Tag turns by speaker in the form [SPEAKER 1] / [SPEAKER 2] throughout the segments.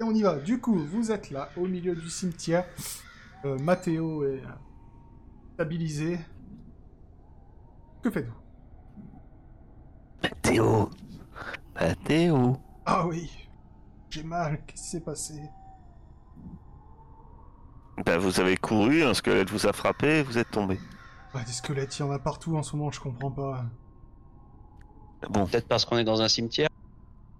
[SPEAKER 1] Et on y va. Du coup, vous êtes là, au milieu du cimetière. Euh, Matteo est stabilisé. Que faites-vous
[SPEAKER 2] Mathéo Mathéo
[SPEAKER 1] Ah oui, j'ai mal. Qu'est-ce qui s'est passé
[SPEAKER 2] Ben vous avez couru, un squelette vous a frappé, vous êtes tombé.
[SPEAKER 1] Bah, Des squelettes, il y en a partout en ce moment, je comprends pas.
[SPEAKER 2] Bon,
[SPEAKER 3] Peut-être parce qu'on est dans un cimetière.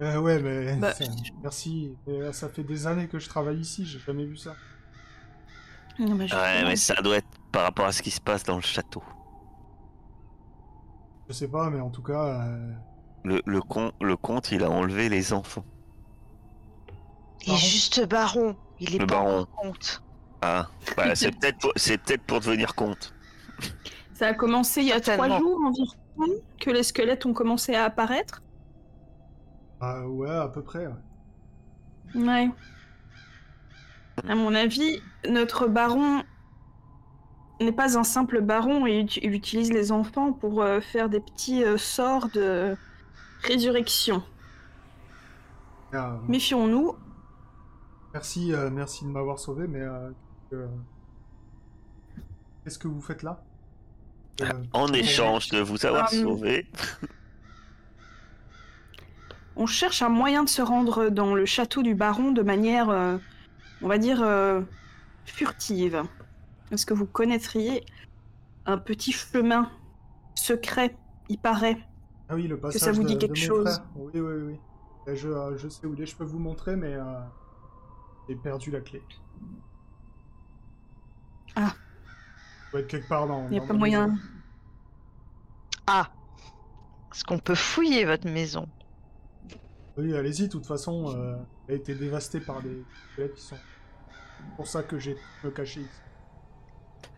[SPEAKER 1] Euh, ouais, mais
[SPEAKER 4] Bah.
[SPEAKER 1] ça- merci. Et là, ça fait des années que je travaille ici, j'ai jamais vu ça.
[SPEAKER 4] Non, mais je-
[SPEAKER 2] ouais mais ça doit être par rapport à ce qui se passe dans le château.
[SPEAKER 1] Je sais pas, mais en tout cas, euh,
[SPEAKER 2] Le, le, con, le comte il a enlevé les enfants.
[SPEAKER 1] Baron.
[SPEAKER 5] Et juste baron, il est
[SPEAKER 2] Le
[SPEAKER 5] pas
[SPEAKER 2] baron.
[SPEAKER 5] encore comte.
[SPEAKER 2] Ah, bah, c'est peut-être pour, c'est peut-être pour devenir comte.
[SPEAKER 4] Ça a commencé il y a trois
[SPEAKER 5] Certainement.
[SPEAKER 4] jours environ que les squelettes ont commencé à apparaître.
[SPEAKER 1] ah, ouais, à peu près. ouais.
[SPEAKER 4] Ouais. À mon avis, notre baron n'est pas un simple baron et ut- il utilise les enfants pour euh, faire des petits euh, sorts de résurrection.
[SPEAKER 1] Ah,
[SPEAKER 4] Méfions-nous.
[SPEAKER 1] Merci, euh, merci de m'avoir sauvé, mais euh, euh, qu'est-ce que vous faites là Euh,
[SPEAKER 2] En échange de vous avoir
[SPEAKER 4] Hum.
[SPEAKER 2] sauvé,
[SPEAKER 4] On cherche un moyen de se rendre dans le château du baron de manière, euh, on va dire, euh, furtive. Est-ce que vous connaîtriez un petit chemin secret, il paraît
[SPEAKER 1] Ah oui, le passage
[SPEAKER 4] ça vous
[SPEAKER 1] de-
[SPEAKER 4] dit
[SPEAKER 1] de
[SPEAKER 4] quelque
[SPEAKER 1] mon
[SPEAKER 4] chose
[SPEAKER 1] frère. Oui, oui, oui. Euh, Je, euh, je sais où il est, je peux vous montrer, mais euh, j'ai perdu la clé.
[SPEAKER 4] Ah.
[SPEAKER 1] Il doit être quelque part dans.
[SPEAKER 4] Il n'y a
[SPEAKER 1] dans
[SPEAKER 4] pas
[SPEAKER 1] ma maison.
[SPEAKER 4] moyen.
[SPEAKER 5] Ah Est-ce qu'on peut fouiller votre maison
[SPEAKER 1] Oui, allez-y, de toute façon, euh, elle a été dévastée par des squelettes qui sont. C'est pour ça que j'ai me caché ici.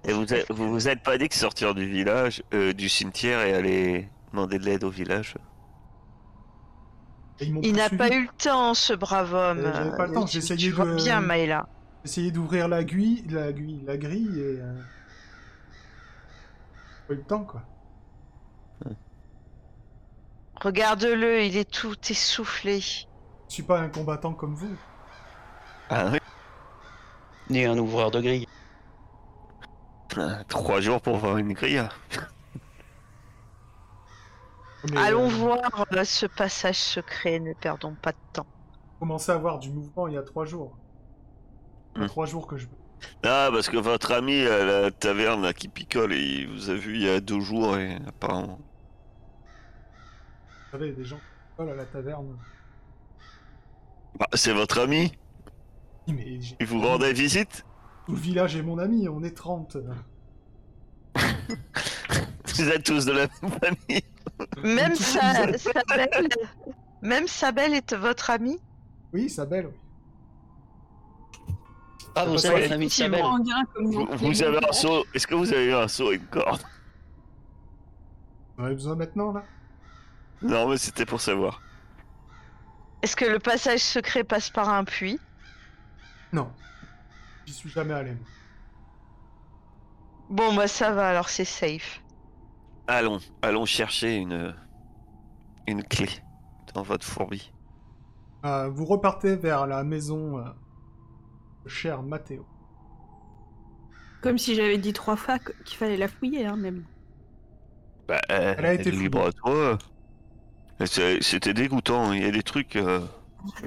[SPEAKER 2] et vous êtes- vous, vous êtes pas dit que sortir du village, euh, du cimetière et aller demander de l'aide au village
[SPEAKER 1] Et ils m'ont
[SPEAKER 5] Il n'a pas
[SPEAKER 1] poursuivi.
[SPEAKER 5] eu le temps, ce brave homme.
[SPEAKER 1] Euh, j'avais pas le
[SPEAKER 5] Euh,
[SPEAKER 1] temps,
[SPEAKER 5] tu-
[SPEAKER 1] j'essayais
[SPEAKER 5] tu vois
[SPEAKER 1] de-
[SPEAKER 5] bien, Maëla.
[SPEAKER 1] J'ai essayé d'ouvrir la grille, la grille, la grille et. euh, Pas eu le temps, quoi.
[SPEAKER 5] Regarde-le, il est tout essoufflé.
[SPEAKER 1] Je suis pas un combattant comme vous.
[SPEAKER 2] Ah oui
[SPEAKER 3] Ni un ouvreur de grille.
[SPEAKER 2] Ah, Trois jours pour voir une grille.
[SPEAKER 1] Mais,
[SPEAKER 5] Allons
[SPEAKER 1] euh,
[SPEAKER 5] voir euh, ce passage secret, ne perdons pas de temps.
[SPEAKER 1] commencé à avoir du mouvement il y a trois jours. Il y a
[SPEAKER 2] Hmm.
[SPEAKER 1] trois jours que je.
[SPEAKER 2] Ah, parce que votre ami à la taverne là, qui picole, il vous a vu il y a deux jours et apparemment.
[SPEAKER 1] Vous savez, des gens qui volent à la taverne.
[SPEAKER 2] Bah, c'est votre ami
[SPEAKER 1] Oui, Mais j'ai-
[SPEAKER 2] Il vous rendait visite
[SPEAKER 1] Tout le village est mon ami, on est 30.
[SPEAKER 2] Vous êtes tous de la même famille
[SPEAKER 5] Même
[SPEAKER 1] Euh, tout
[SPEAKER 5] sa, sa belle... Même sa belle est votre amie
[SPEAKER 1] Oui, ça belle. oui.
[SPEAKER 3] Ah, vous
[SPEAKER 1] Ouais,
[SPEAKER 3] savez, l'ami de
[SPEAKER 4] Effectivement,
[SPEAKER 3] Sabelle.
[SPEAKER 4] un gars comme
[SPEAKER 2] Vous,
[SPEAKER 4] vous.
[SPEAKER 2] vous avez un saut. Est-ce que vous avez eu un saut et une corde
[SPEAKER 1] Vous en avez besoin maintenant, là
[SPEAKER 2] Non, mais c'était pour savoir.
[SPEAKER 5] Est-ce que le passage secret passe par un puits
[SPEAKER 1] Non. J'y suis jamais allé. moi.
[SPEAKER 5] Bon, bah ça va, alors c'est safe.
[SPEAKER 2] Allons, allons chercher une. une clé dans votre fourbi.
[SPEAKER 1] Euh, vous repartez vers la maison. euh, cher Matteo.
[SPEAKER 4] Comme si j'avais dit trois fois que- qu'il fallait la fouiller, hein, mais bon.
[SPEAKER 2] Bah, euh,
[SPEAKER 1] Elle a été
[SPEAKER 2] libre à toi. Et c'est- C'était dégoûtant, il y a des trucs. euh,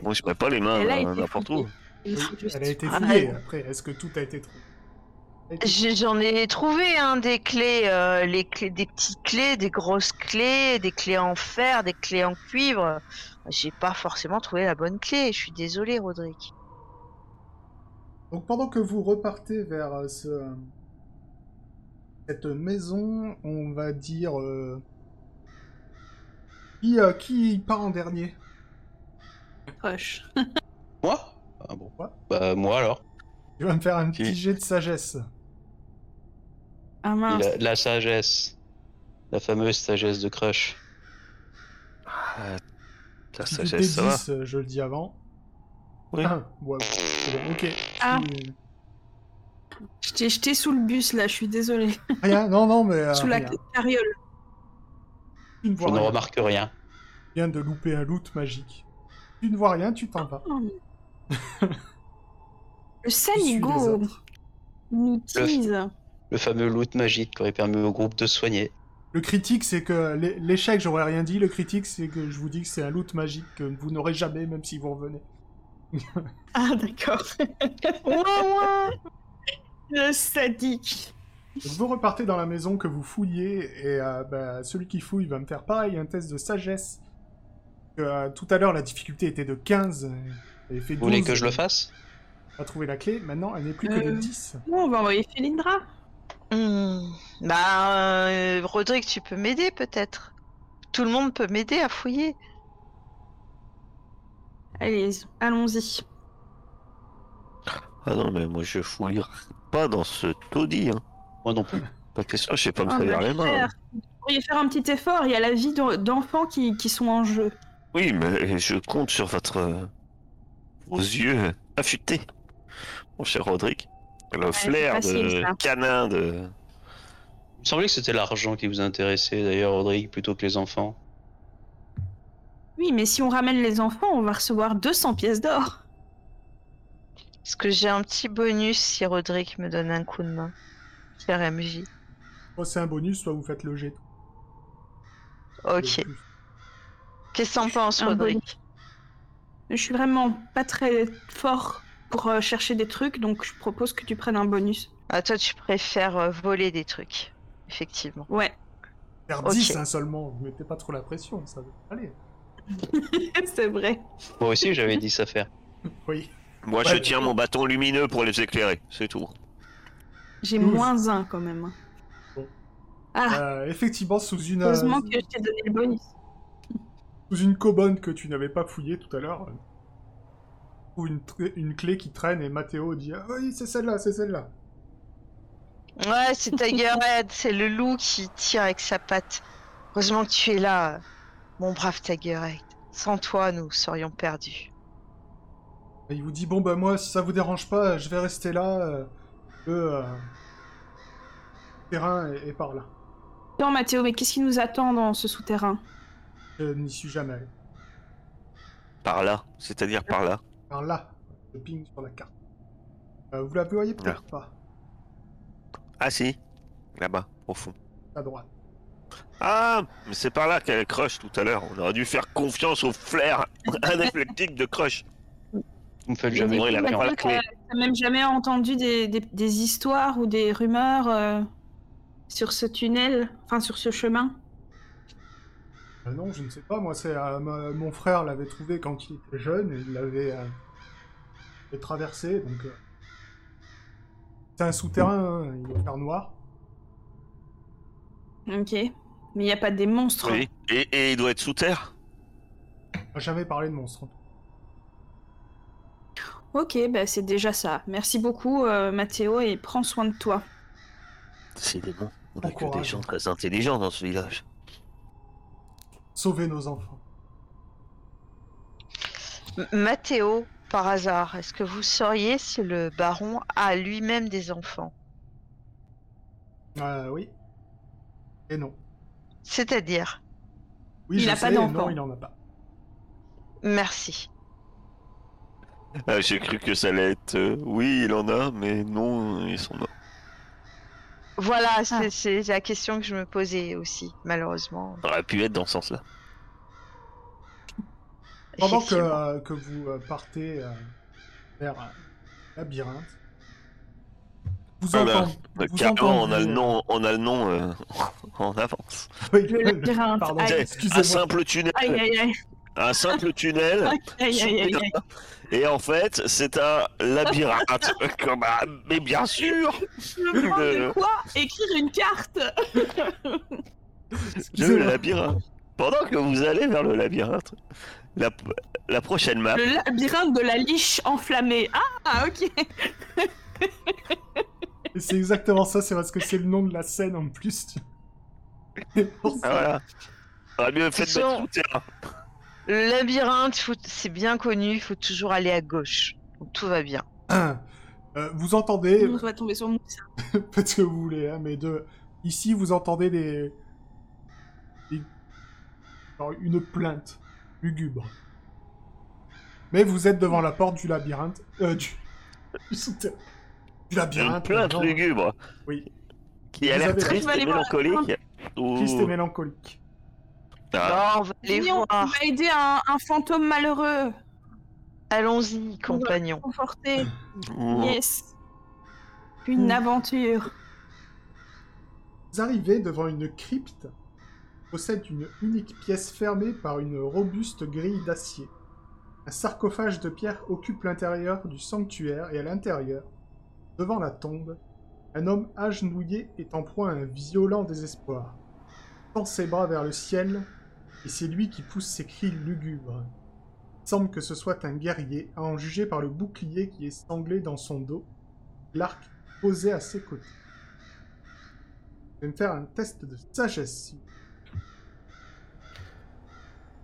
[SPEAKER 2] Moi, je mets pas les mains
[SPEAKER 4] Elle a
[SPEAKER 2] euh,
[SPEAKER 4] été
[SPEAKER 2] n'importe
[SPEAKER 4] fouillée.
[SPEAKER 2] où.
[SPEAKER 1] Oui, elle a été
[SPEAKER 5] Ah,
[SPEAKER 1] fouillée. Après, est-ce que tout a été trouvé
[SPEAKER 5] J'ai- J'en ai trouvé hein, des clés, euh, les clés, des petites clés, des grosses clés, des clés en fer, des clés en cuivre. J'ai pas forcément trouvé la bonne clé, je suis désolée, Roderick.
[SPEAKER 1] Donc pendant que vous repartez vers euh, ce- cette maison, on va dire euh, qui, euh, qui part en dernier. hein.
[SPEAKER 4] Proche.
[SPEAKER 3] Moi Ah bon.
[SPEAKER 1] Ouais.
[SPEAKER 3] Bah, moi alors.
[SPEAKER 1] Tu vas me faire un
[SPEAKER 3] Qui
[SPEAKER 1] petit jet de sagesse.
[SPEAKER 4] Ah mince.
[SPEAKER 3] La, la sagesse. La fameuse sagesse de Crush.
[SPEAKER 2] Ah, la
[SPEAKER 1] Petit
[SPEAKER 2] sagesse, ça va.
[SPEAKER 1] D10, euh, je le dis avant.
[SPEAKER 2] Oui.
[SPEAKER 1] Ah, ouais, c'est bon, ok.
[SPEAKER 4] Ah.
[SPEAKER 1] Tu-
[SPEAKER 4] Je t'ai jeté sous le bus là, je suis désolée.
[SPEAKER 1] Rien, non, non, mais euh,
[SPEAKER 4] sous la
[SPEAKER 1] rien.
[SPEAKER 4] carriole.
[SPEAKER 1] tu ne
[SPEAKER 3] Je
[SPEAKER 1] vois
[SPEAKER 3] ne
[SPEAKER 1] rien.
[SPEAKER 3] remarque rien.
[SPEAKER 1] Tu viens de louper un loot magique. Tu ne vois rien, tu t'en vas.
[SPEAKER 4] Le
[SPEAKER 1] qui suit les
[SPEAKER 4] Saligo
[SPEAKER 1] autres.
[SPEAKER 4] nous tease.
[SPEAKER 3] Le fameux loot magique qui aurait permis au groupe de se soigner.
[SPEAKER 1] Le critique, c'est que l'é- l'échec, j'aurais rien dit. Le critique, c'est que je vous dis que c'est un loot magique que vous n'aurez jamais, même si vous revenez.
[SPEAKER 4] Ah, d'accord. Le sadique.
[SPEAKER 1] Donc, vous repartez dans la maison que vous fouillez et euh, bah, celui qui fouille va me faire pareil, un test de sagesse. Euh, tout à l'heure, la difficulté était de 15. et fait 12.
[SPEAKER 3] Vous voulez que je le fasse
[SPEAKER 1] On a trouvé la clé, maintenant elle n'est plus que de
[SPEAKER 4] Euh.
[SPEAKER 1] 10.
[SPEAKER 4] Bon, on va envoyer Felindra.
[SPEAKER 5] Hmm. Bah, euh, Rodrigue, tu peux m'aider peut-être. Tout le monde peut m'aider à fouiller.
[SPEAKER 4] Allez, allons-y.
[SPEAKER 2] Ah non, mais moi je fouille pas dans ce taudis. Hein.
[SPEAKER 3] Moi non plus.
[SPEAKER 2] Pas question, je sais pas me
[SPEAKER 4] Ah,
[SPEAKER 2] travers
[SPEAKER 4] bah,
[SPEAKER 2] les mains. hein.
[SPEAKER 4] frère, Vous pourriez faire un petit effort, il y a la vie d'en- d'enfants qui, qui sont en jeu.
[SPEAKER 2] Oui, mais je compte sur votre. euh, vos yeux affûtés, mon cher Rodrigue. Le
[SPEAKER 4] c'est
[SPEAKER 2] flair
[SPEAKER 4] facile,
[SPEAKER 2] de
[SPEAKER 4] ça.
[SPEAKER 2] canin de.
[SPEAKER 3] Il me semblait que c'était l'argent qui vous intéressait d'ailleurs, Rodrigue, plutôt que les enfants.
[SPEAKER 4] Oui, mais si on ramène les enfants, on va recevoir 200 pièces d'or.
[SPEAKER 5] Est-ce que j'ai un petit bonus si Rodrigue me donne un coup de main Cher MJ.
[SPEAKER 1] Soit Oh, c'est un bonus, soit vous faites le jet. Euh,
[SPEAKER 5] Ok.
[SPEAKER 1] Le plus.
[SPEAKER 5] Qu'est-ce que t'en penses,
[SPEAKER 4] Un
[SPEAKER 5] Rodrigue
[SPEAKER 4] bonus. Je suis vraiment pas très fort pour euh, chercher des trucs, donc je propose que tu prennes un bonus.
[SPEAKER 5] Ah, toi, tu préfères euh, voler des trucs. Effectivement.
[SPEAKER 4] Ouais.
[SPEAKER 1] Faire
[SPEAKER 5] Ok.
[SPEAKER 1] 10 hein, seulement, vous mettez pas trop la pression, ça va aller.
[SPEAKER 4] C'est vrai.
[SPEAKER 3] Moi aussi, j'avais dit ça faire.
[SPEAKER 1] Oui.
[SPEAKER 2] Moi
[SPEAKER 1] Ouais.
[SPEAKER 2] je tiens mon bâton lumineux pour les éclairer, c'est tout.
[SPEAKER 4] J'ai
[SPEAKER 1] Douze.
[SPEAKER 4] moins un quand même.
[SPEAKER 1] Bon.
[SPEAKER 4] Ah,
[SPEAKER 1] Euh, effectivement, sous une, euh,
[SPEAKER 4] heureusement que je t'ai donné le bonus.
[SPEAKER 1] sous une cobonne que tu n'avais pas fouillée tout à l'heure, euh, ou une, tr- une clé qui traîne et Mathéo dit Ah oui, c'est celle-là, c'est celle-là.
[SPEAKER 5] Ouais, c'est Tigerhead, c'est le loup qui tire avec sa patte. Heureusement que tu es là, mon brave Tigerhead. Sans toi, nous serions perdus.
[SPEAKER 1] Et il vous dit Bon, bah moi, si ça vous dérange pas, je vais rester là. euh, le euh, terrain est, est par là.
[SPEAKER 4] Attends, Mathéo, mais qu'est-ce qui nous attend dans ce souterrain
[SPEAKER 1] Je n'y suis jamais allé.
[SPEAKER 2] Par là, c'est-à-dire par là.
[SPEAKER 1] Par là, je ping sur la carte. Euh, vous la voyez peut-être pas,
[SPEAKER 2] Ah si, là-bas, au fond.
[SPEAKER 1] à droite.
[SPEAKER 2] Ah, mais c'est par là qu'elle crush tout à l'heure. On aurait dû faire confiance au flair anéphlectique de crush.
[SPEAKER 3] Vous me faites
[SPEAKER 2] Mais
[SPEAKER 3] jamais
[SPEAKER 2] dis-moi, il a
[SPEAKER 3] confiance.
[SPEAKER 2] pas la
[SPEAKER 4] Mathéo,
[SPEAKER 2] clé.
[SPEAKER 4] t'as- T'as même jamais entendu des, des- des histoires ou des rumeurs euh, sur ce tunnel, enfin sur ce chemin
[SPEAKER 1] Euh, non, je ne sais pas. Moi, c'est euh, ma- mon frère l'avait trouvé quand il était jeune et il l'avait euh, l'avait traversé. Donc, euh, c'est un souterrain. hein, il est clair noir.
[SPEAKER 4] Ok. Mais il n'y a pas des monstres.
[SPEAKER 2] Oui. Et, et il doit être sous terre.
[SPEAKER 1] On n'a jamais parlé de monstre. en tout cas.
[SPEAKER 4] Ok, bah c'est déjà ça. Merci beaucoup, euh, Mathéo, et prends soin de toi.
[SPEAKER 2] C'est des bons. On
[SPEAKER 1] Bon
[SPEAKER 2] a que des
[SPEAKER 1] courage.
[SPEAKER 2] gens très intelligents dans ce village.
[SPEAKER 1] Sauver nos enfants.
[SPEAKER 5] M- Mathéo, par hasard, est-ce que vous sauriez si le baron a lui-même des enfants
[SPEAKER 1] Euh, oui. Et non.
[SPEAKER 5] C'est-à-dire
[SPEAKER 1] Oui,
[SPEAKER 4] Il
[SPEAKER 1] je
[SPEAKER 4] a
[SPEAKER 1] sais,
[SPEAKER 4] pas
[SPEAKER 1] et
[SPEAKER 4] d'enfant.
[SPEAKER 1] Non, il en a pas.
[SPEAKER 5] Merci.
[SPEAKER 2] Ah, J'ai cru que ça allait être. euh, oui, il en a, mais non, ils sont morts.
[SPEAKER 5] Voilà, c'est- c'est la question que je me posais aussi, malheureusement.
[SPEAKER 2] Ça aurait pu être dans ce sens-là.
[SPEAKER 1] Pendant que,
[SPEAKER 5] Effectivement.
[SPEAKER 1] euh, que vous euh, partez euh, vers un labyrinthe, vous
[SPEAKER 2] Ah bah,
[SPEAKER 1] entendez.
[SPEAKER 2] Euh,
[SPEAKER 1] vous
[SPEAKER 2] Carrément, on a le
[SPEAKER 1] entendez-
[SPEAKER 2] nom, on a le nom euh, en avance.
[SPEAKER 1] Oui,
[SPEAKER 4] Le labyrinthe.
[SPEAKER 1] Pardon,
[SPEAKER 4] Aïe.
[SPEAKER 2] Un
[SPEAKER 1] excusez-moi.
[SPEAKER 2] simple tunnel,
[SPEAKER 4] Aïe, aïe, aïe.
[SPEAKER 2] un simple tunnel.
[SPEAKER 4] Aïe, aïe, aïe, aïe, aïe.
[SPEAKER 2] Et en fait, c'est un labyrinthe. Comme un- Mais bien sûr,
[SPEAKER 4] Je me prends
[SPEAKER 2] Le-
[SPEAKER 4] de quoi écrire une carte
[SPEAKER 2] le
[SPEAKER 1] excusez-moi.
[SPEAKER 2] labyrinthe. Pendant que vous allez vers le labyrinthe, la, la prochaine map.
[SPEAKER 4] Le labyrinthe de la liche enflammée. Ah, ok.
[SPEAKER 1] Et c'est exactement ça, c'est parce que c'est le nom de la scène en plus. tu- C'est pour
[SPEAKER 2] Ah,
[SPEAKER 1] ça.
[SPEAKER 2] voilà. Ah, mieux fait de
[SPEAKER 5] Sur-
[SPEAKER 2] mettre sous terre.
[SPEAKER 5] Le labyrinthe, faut- c'est bien connu, il faut toujours aller à gauche. Donc tout va bien.
[SPEAKER 1] Euh, vous entendez,
[SPEAKER 4] On va tomber sur Moussa.
[SPEAKER 1] peut-être que vous voulez, hein, mais de... ici vous entendez des... des- genre une plainte lugubre. Mais vous êtes devant la porte du labyrinthe. Euh, du. Du, souterrain. du
[SPEAKER 2] Une
[SPEAKER 1] labyrinthe.
[SPEAKER 2] plainte
[SPEAKER 1] non.
[SPEAKER 2] lugubre.
[SPEAKER 1] Oui.
[SPEAKER 2] Qui a
[SPEAKER 1] Vous
[SPEAKER 2] l'air
[SPEAKER 1] avez-
[SPEAKER 2] triste
[SPEAKER 4] Je vais
[SPEAKER 2] et
[SPEAKER 4] aller voir la
[SPEAKER 2] mélancolique. Ou-
[SPEAKER 1] Triste et mélancolique.
[SPEAKER 2] Ah,
[SPEAKER 5] Bon, on va les
[SPEAKER 4] Mignon,
[SPEAKER 5] voir.
[SPEAKER 4] on va aider un, un fantôme malheureux.
[SPEAKER 5] Allons-y, compagnon.
[SPEAKER 4] Conforté.
[SPEAKER 2] ou-
[SPEAKER 4] Yes. Une
[SPEAKER 1] Mm.
[SPEAKER 4] aventure.
[SPEAKER 1] Vous arrivez devant une crypte qui possède une unique pièce fermée par une robuste grille d'acier. Un sarcophage de pierre occupe l'intérieur du sanctuaire et à l'intérieur, devant la tombe, un homme agenouillé est en proie à un violent désespoir. Il tend ses bras vers le ciel et c'est lui qui pousse ses cris lugubres. Il semble que ce soit un guerrier à en juger par le bouclier qui est sanglé dans son dos, l'arc posé à ses côtés. Je vais me faire un test de sagesse.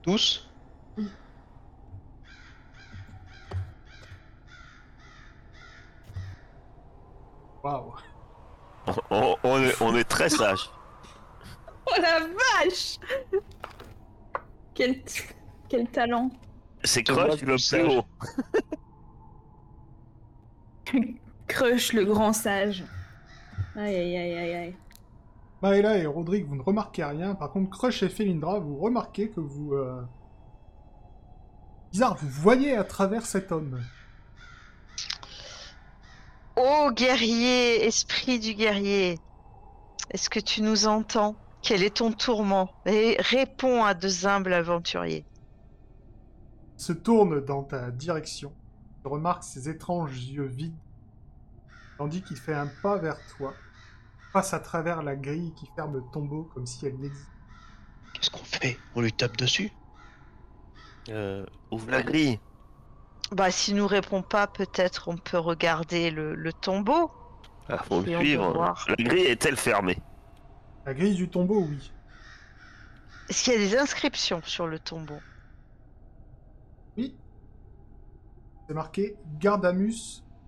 [SPEAKER 3] Tous
[SPEAKER 1] Waouh.
[SPEAKER 2] on, on est, on est très sage.
[SPEAKER 4] Oh la vache Quel, quel talent.
[SPEAKER 2] C'est
[SPEAKER 3] Thomas
[SPEAKER 2] Crush le
[SPEAKER 3] le
[SPEAKER 2] plus
[SPEAKER 3] sage.
[SPEAKER 2] haut.
[SPEAKER 4] Crush le grand sage. Aïe aïe aïe aïe aïe.
[SPEAKER 1] Maëla et Rodrigue, vous ne remarquez rien. Par contre, Crush et Felindra, vous remarquez que vous... euh, Bizarre, vous voyez à travers cet homme.
[SPEAKER 5] Ô guerrier, esprit du guerrier, est-ce que tu nous entends Quel est ton tourment Et réponds à deux humbles aventuriers.
[SPEAKER 1] Il se tourne dans ta direction. Tu remarques ses étranges yeux vides. Tandis qu'il fait un pas vers toi. Passe à travers la grille qui ferme le tombeau comme si elle n'existait
[SPEAKER 3] Qu'est-ce qu'on fait On lui tape dessus
[SPEAKER 2] Euh, ouvre la grille.
[SPEAKER 5] Bah, s'il nous répond pas, peut-être on peut regarder le, le tombeau.
[SPEAKER 2] Ah, faut
[SPEAKER 5] Et
[SPEAKER 2] le
[SPEAKER 5] on peut
[SPEAKER 2] suivre.
[SPEAKER 5] voir.
[SPEAKER 2] La grille est-elle fermée
[SPEAKER 1] pas. La grille du tombeau, oui.
[SPEAKER 5] Est-ce qu'il y a des inscriptions sur le tombeau
[SPEAKER 1] Oui. C'est marqué Gardamus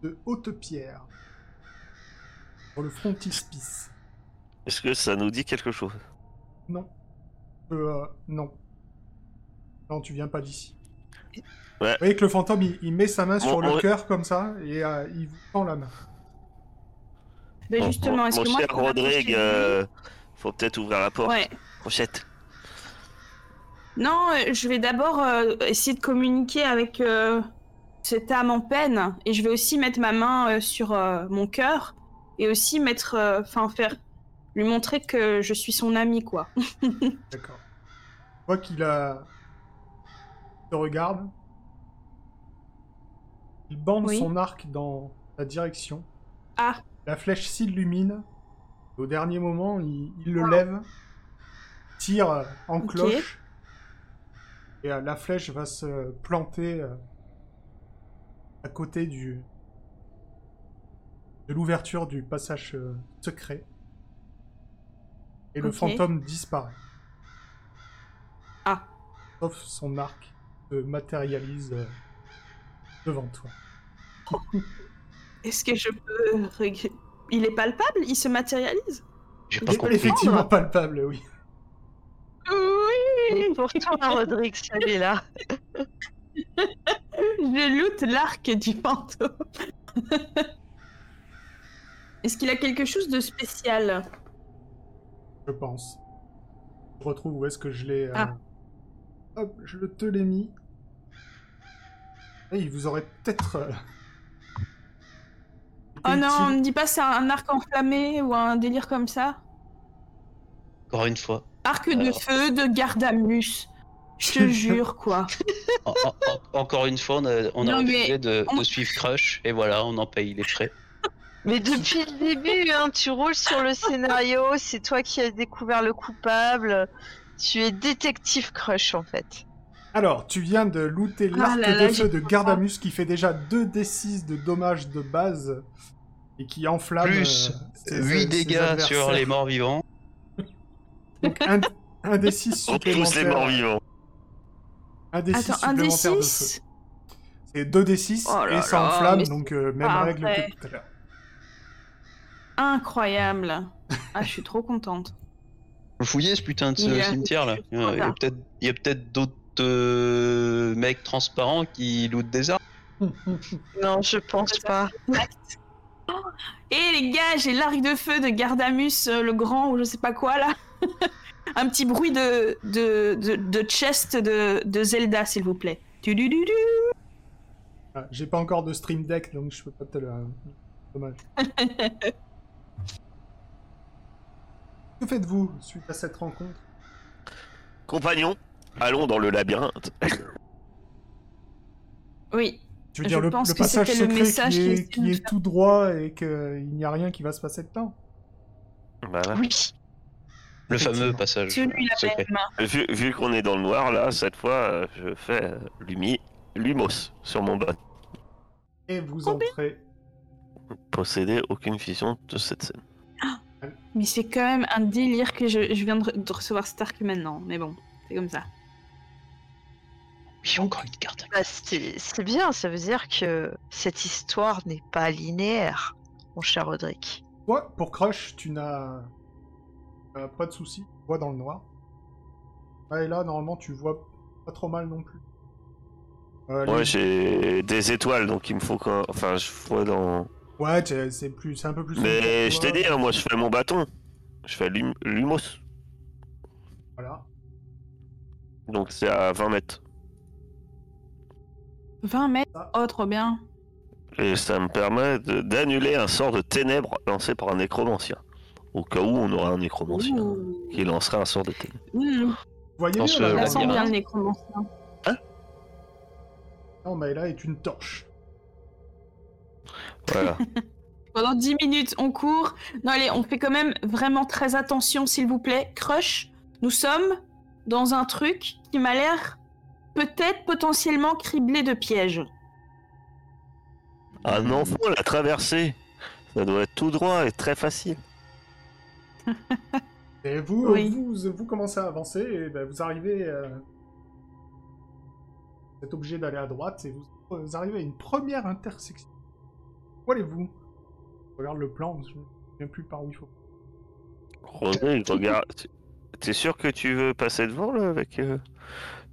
[SPEAKER 1] de haute pierre. Sur le frontispice.
[SPEAKER 2] Est-ce que ça nous dit quelque chose
[SPEAKER 1] Non. Euh, non. Non, tu viens pas d'ici.
[SPEAKER 2] Ouais.
[SPEAKER 1] Vous voyez que le fantôme, il, il met sa main sur
[SPEAKER 2] On-
[SPEAKER 1] le
[SPEAKER 2] on-
[SPEAKER 1] cœur comme ça et euh, il vous tend la main.
[SPEAKER 4] Mais
[SPEAKER 2] Bon,
[SPEAKER 4] Ben, justement,
[SPEAKER 2] mon-
[SPEAKER 4] est-ce
[SPEAKER 2] mon
[SPEAKER 4] que moi.
[SPEAKER 2] cher
[SPEAKER 4] je peux m'approcher de
[SPEAKER 2] Rodrigue,
[SPEAKER 4] lui
[SPEAKER 2] euh, faut peut-être ouvrir la porte.
[SPEAKER 4] Ouais.
[SPEAKER 2] Rochette.
[SPEAKER 4] Non, euh, je vais d'abord euh, essayer de communiquer avec euh, cette âme en peine et je vais aussi mettre ma main euh, sur euh, mon cœur et aussi mettre. euh, Enfin, faire. Lui montrer que je suis son ami, quoi.
[SPEAKER 1] D'accord. Tu vois qu'il a. il te regarde. Il bande
[SPEAKER 4] Oui.
[SPEAKER 1] son arc dans ta direction.
[SPEAKER 4] Ah.
[SPEAKER 1] La flèche s'illumine. Et Au dernier moment, il, il le lève, tire euh, en
[SPEAKER 4] Ok.
[SPEAKER 1] cloche. Et euh, la flèche va se planter euh, à côté du de l'ouverture du passage euh, secret. Et le
[SPEAKER 4] Ok.
[SPEAKER 1] fantôme disparaît
[SPEAKER 4] Ah.
[SPEAKER 1] sauf son arc se matérialise euh, devant toi.
[SPEAKER 4] Est-ce que je peux. reg- Il est palpable Il se matérialise
[SPEAKER 3] J'ai
[SPEAKER 4] Il
[SPEAKER 3] pas
[SPEAKER 4] est
[SPEAKER 3] compris.
[SPEAKER 1] Effectivement palpable, oui.
[SPEAKER 4] Oui
[SPEAKER 5] Pour toi, Rodrigue, celui-là.
[SPEAKER 4] Je loot l'arc du fantôme. Est-ce qu'il a quelque chose de spécial
[SPEAKER 1] Je pense. Je retrouve où est-ce que je l'ai. euh,
[SPEAKER 4] Ah.
[SPEAKER 1] Hop, je le te l'ai mis. Et il vous aurait peut-être. euh,
[SPEAKER 4] Oh
[SPEAKER 1] été
[SPEAKER 4] non,
[SPEAKER 1] utile.
[SPEAKER 4] ne dis pas c'est un arc enflammé ou un délire comme ça.
[SPEAKER 3] Encore une fois.
[SPEAKER 4] Arc de
[SPEAKER 3] Alors.
[SPEAKER 4] feu de Gardamus. Je te jure, quoi.
[SPEAKER 3] En- en- en- encore une fois, on a, on a
[SPEAKER 4] Non, mais
[SPEAKER 3] refusé de,
[SPEAKER 4] on-
[SPEAKER 3] de suivre Crush et voilà, on en paye les frais.
[SPEAKER 5] Mais depuis le début, hein, tu roules sur le scénario, c'est toi qui as découvert le coupable. Tu es détective crush en fait.
[SPEAKER 1] Alors, tu viens de looter
[SPEAKER 4] Ah
[SPEAKER 1] l'arc
[SPEAKER 4] là là,
[SPEAKER 1] de
[SPEAKER 4] j'ai
[SPEAKER 1] feu de
[SPEAKER 4] pas.
[SPEAKER 1] Gardamus qui fait déjà 2d6 de dommages de base et qui enflamme.
[SPEAKER 3] Plus
[SPEAKER 1] euh, ses- ses-
[SPEAKER 3] 8
[SPEAKER 1] ses
[SPEAKER 3] dégâts sur
[SPEAKER 1] adversaires.
[SPEAKER 3] les morts vivants.
[SPEAKER 1] Donc, un, un d6
[SPEAKER 2] On tous les
[SPEAKER 1] supplémentaire.
[SPEAKER 2] morts vivants.
[SPEAKER 1] Un D6
[SPEAKER 4] Attends, un
[SPEAKER 1] supplémentaire
[SPEAKER 4] des
[SPEAKER 1] de feu.
[SPEAKER 4] six
[SPEAKER 1] C'est 2D6
[SPEAKER 4] Oh là
[SPEAKER 1] et ça
[SPEAKER 4] là,
[SPEAKER 1] enflamme,
[SPEAKER 4] mais c'est
[SPEAKER 1] donc euh, même
[SPEAKER 4] pas
[SPEAKER 1] règle
[SPEAKER 4] vrai.
[SPEAKER 1] que tout à l'heure.
[SPEAKER 4] Incroyable. Ah, je suis trop contente.
[SPEAKER 3] Vous fouillez ce putain de ce
[SPEAKER 4] Il y a-
[SPEAKER 3] cimetière là. Il y
[SPEAKER 4] Voilà.
[SPEAKER 3] a peut-être il y a peut-être d'autres euh, mecs transparents qui lootent des armes.
[SPEAKER 5] Non, je pense pas.
[SPEAKER 4] Et les gars, j'ai l'arc de feu de Gardamus euh, le grand ou je sais pas quoi là. Un petit bruit de, de, de, de chest de, de Zelda, s'il vous plaît. Tudududu.
[SPEAKER 1] Ah, J'ai pas encore de stream deck, donc je peux pas te le. Dommage. que faites-vous suite à cette rencontre
[SPEAKER 2] Compagnons, allons dans le labyrinthe.
[SPEAKER 4] Oui,
[SPEAKER 1] Tu veux
[SPEAKER 4] Je
[SPEAKER 1] dire le,
[SPEAKER 4] pense
[SPEAKER 1] le
[SPEAKER 4] que
[SPEAKER 1] passage
[SPEAKER 4] c'était le
[SPEAKER 1] secret
[SPEAKER 4] message
[SPEAKER 1] qui
[SPEAKER 4] qu'il
[SPEAKER 1] est,
[SPEAKER 4] essayait de
[SPEAKER 1] qui est
[SPEAKER 4] faire.
[SPEAKER 1] tout droit et qu'il n'y a rien qui va se passer dedans
[SPEAKER 2] Voilà.
[SPEAKER 5] Oui.
[SPEAKER 3] Le fameux
[SPEAKER 1] Effectivement.
[SPEAKER 3] passage.
[SPEAKER 4] celui-là
[SPEAKER 3] secret.
[SPEAKER 4] même.
[SPEAKER 2] Vu, vu qu'on est dans le noir, là, cette fois, euh, je fais euh, lumi, Lumos sur mon bot.
[SPEAKER 1] Et vous
[SPEAKER 4] Combien
[SPEAKER 1] entrez.
[SPEAKER 2] Posséder aucune vision de cette scène.
[SPEAKER 4] Mais c'est quand même un délire que je, je viens de, re- de recevoir cet arc maintenant. Mais bon, c'est comme ça.
[SPEAKER 3] J'ai encore une carte.
[SPEAKER 5] Bah, c'est c'est bien, ça veut dire que cette histoire n'est pas linéaire, mon cher Roderick.
[SPEAKER 1] Toi, pour Crush, tu n'as euh, pas de soucis. Tu vois dans le noir. Ah, et là, normalement, tu vois pas trop mal non plus. Euh,
[SPEAKER 2] Moi,
[SPEAKER 1] les-
[SPEAKER 2] j'ai des étoiles, donc il me faut quand. Enfin, je vois dans.
[SPEAKER 1] Ouais, t'es- c'est plus, c'est un peu plus. sombre
[SPEAKER 2] Mais
[SPEAKER 1] pour
[SPEAKER 2] je
[SPEAKER 1] toi.
[SPEAKER 2] t'ai dit, hein, moi, je fais mon bâton. Je fais lum- Lumos.
[SPEAKER 1] Voilà.
[SPEAKER 2] Donc c'est à 20 mètres.
[SPEAKER 4] 20 mètres, oh trop bien.
[SPEAKER 2] Et ça me permet de- d'annuler un sort de ténèbres lancé par un nécromancien. Au cas où on aura un nécromancien
[SPEAKER 4] Ouh.
[SPEAKER 2] qui lancerait un sort de ténèbres.
[SPEAKER 4] Ouh,
[SPEAKER 1] Vous voyez
[SPEAKER 3] Dans
[SPEAKER 1] bien,
[SPEAKER 3] ce
[SPEAKER 1] là,
[SPEAKER 4] ça
[SPEAKER 1] la
[SPEAKER 3] labyrinthe.
[SPEAKER 4] sent
[SPEAKER 1] lampe
[SPEAKER 4] bien le nécromancien.
[SPEAKER 1] Non, mais là est une torche.
[SPEAKER 2] Voilà.
[SPEAKER 4] Pendant 10 minutes, on court. Non, allez, on fait quand même vraiment très attention, s'il vous plaît. Crush, nous sommes dans un truc qui m'a l'air peut-être potentiellement criblé de pièges.
[SPEAKER 2] un enfant l'a traversé. Ça doit être tout droit et très facile.
[SPEAKER 1] Et vous,
[SPEAKER 4] Oui.
[SPEAKER 1] vous, vous commencez à avancer et ben, vous arrivez. euh, Vous êtes obligé d'aller à droite et vous, vous arrivez à une première intersection. Où allez-vous Je Regarde le plan, je ne me souviens plus par où il faut.
[SPEAKER 2] Rodrigue, regarde. tu- T'es sûr que tu veux passer devant là avec. euh,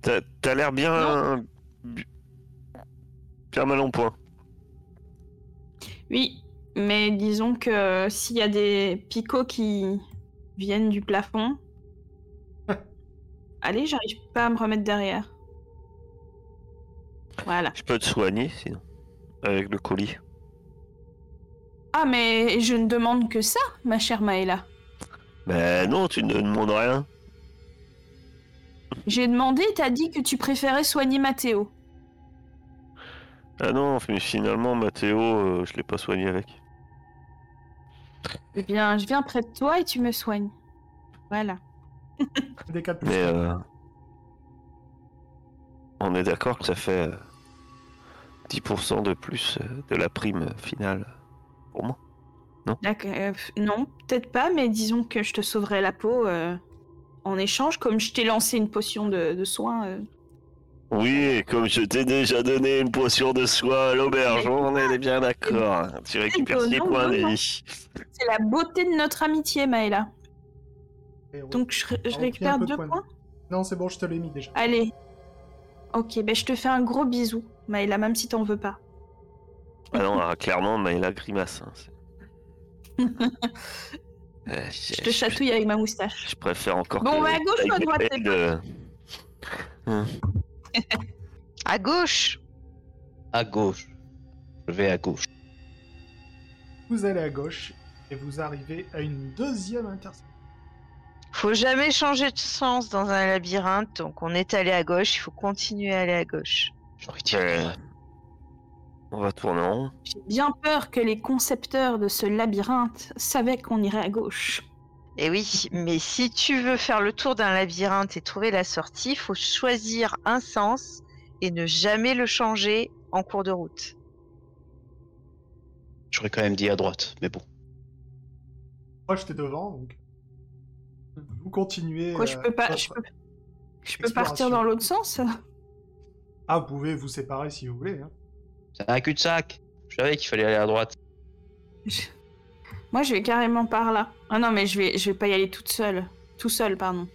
[SPEAKER 2] T'as t'as l'air bien. bi- Bien mal en point.
[SPEAKER 4] Oui, mais disons que euh, s'il y a des picots qui viennent du plafond. Allez, j'arrive pas à me remettre derrière. Voilà.
[SPEAKER 2] Je peux te soigner sinon. Avec le colis.
[SPEAKER 4] Ah, mais je ne demande que ça, ma chère Maëla.
[SPEAKER 2] Mais non, tu ne demandes rien.
[SPEAKER 4] J'ai demandé, t'as dit que tu préférais soigner Mathéo.
[SPEAKER 2] Ah non, mais finalement, Mathéo, euh, je l'ai pas soigné avec.
[SPEAKER 4] Eh bien, je viens près de toi et tu me soignes. Voilà.
[SPEAKER 1] Des quatre
[SPEAKER 2] Mais euh, on est d'accord que ça fait euh, 10% de plus euh, de la prime euh, finale pour moi.
[SPEAKER 4] D'accord. euh, pff, non, peut-être pas, mais disons que je te sauverai la peau euh, en échange, comme je t'ai lancé une potion de, de soin. euh,
[SPEAKER 2] Oui, et comme je t'ai déjà donné une potion de soie à l'auberge,
[SPEAKER 4] Mais
[SPEAKER 2] on est bien d'accord. Tu récupères
[SPEAKER 4] non,
[SPEAKER 2] 6 points
[SPEAKER 4] non,
[SPEAKER 2] de
[SPEAKER 4] non.
[SPEAKER 2] vie.
[SPEAKER 4] C'est la beauté de notre amitié, Maëla.
[SPEAKER 1] Et on-
[SPEAKER 4] Donc je, je
[SPEAKER 1] on prit Ah, un
[SPEAKER 4] récupère
[SPEAKER 1] peu de
[SPEAKER 4] deux
[SPEAKER 1] points
[SPEAKER 4] points.
[SPEAKER 1] de vie. Non, c'est bon, je te l'ai mis déjà.
[SPEAKER 4] Allez. Ok, ben je te fais un gros bisou, Maëla, même si t'en veux pas.
[SPEAKER 2] Ah non, alors, clairement, mais il a grimace. hein, c'est- Eh, Euh,
[SPEAKER 4] Je te chatouille avec ma moustache.
[SPEAKER 2] Je préfère encore.
[SPEAKER 4] Bon,
[SPEAKER 2] que-
[SPEAKER 4] on va à gauche ou à
[SPEAKER 2] avec
[SPEAKER 4] droite,
[SPEAKER 2] l'aide, euh,
[SPEAKER 5] À gauche
[SPEAKER 3] À gauche. Je vais à gauche.
[SPEAKER 1] Vous allez à gauche et vous arrivez à une deuxième intersection.
[SPEAKER 5] Faut jamais changer de sens dans un labyrinthe, donc on est allé à gauche, il faut continuer à aller à gauche.
[SPEAKER 3] J'ai envie de dire.
[SPEAKER 2] euh, On va tourner en rond.
[SPEAKER 4] J'ai bien peur que les concepteurs de ce labyrinthe savaient qu'on irait à gauche.
[SPEAKER 5] Et Eh oui, mais si tu veux faire le tour d'un labyrinthe et trouver la sortie, faut choisir un sens et ne jamais le changer en cours de route.
[SPEAKER 3] J'aurais quand même dit à droite, mais bon.
[SPEAKER 1] Moi, j'étais devant, donc. Vous continuez.
[SPEAKER 4] Quoi, je
[SPEAKER 1] euh,
[SPEAKER 4] peux pas.
[SPEAKER 1] votre-
[SPEAKER 4] Je peux, je peux
[SPEAKER 1] exploration.
[SPEAKER 4] partir dans l'autre sens
[SPEAKER 1] Ah, vous pouvez vous séparer si vous voulez. hein.
[SPEAKER 3] C'est un cul-de-sac. Je savais qu'il fallait aller à droite.
[SPEAKER 4] Je- Moi, je vais carrément par là. Ah non, mais je vais, je vais pas y aller toute seule. Tout seul, pardon.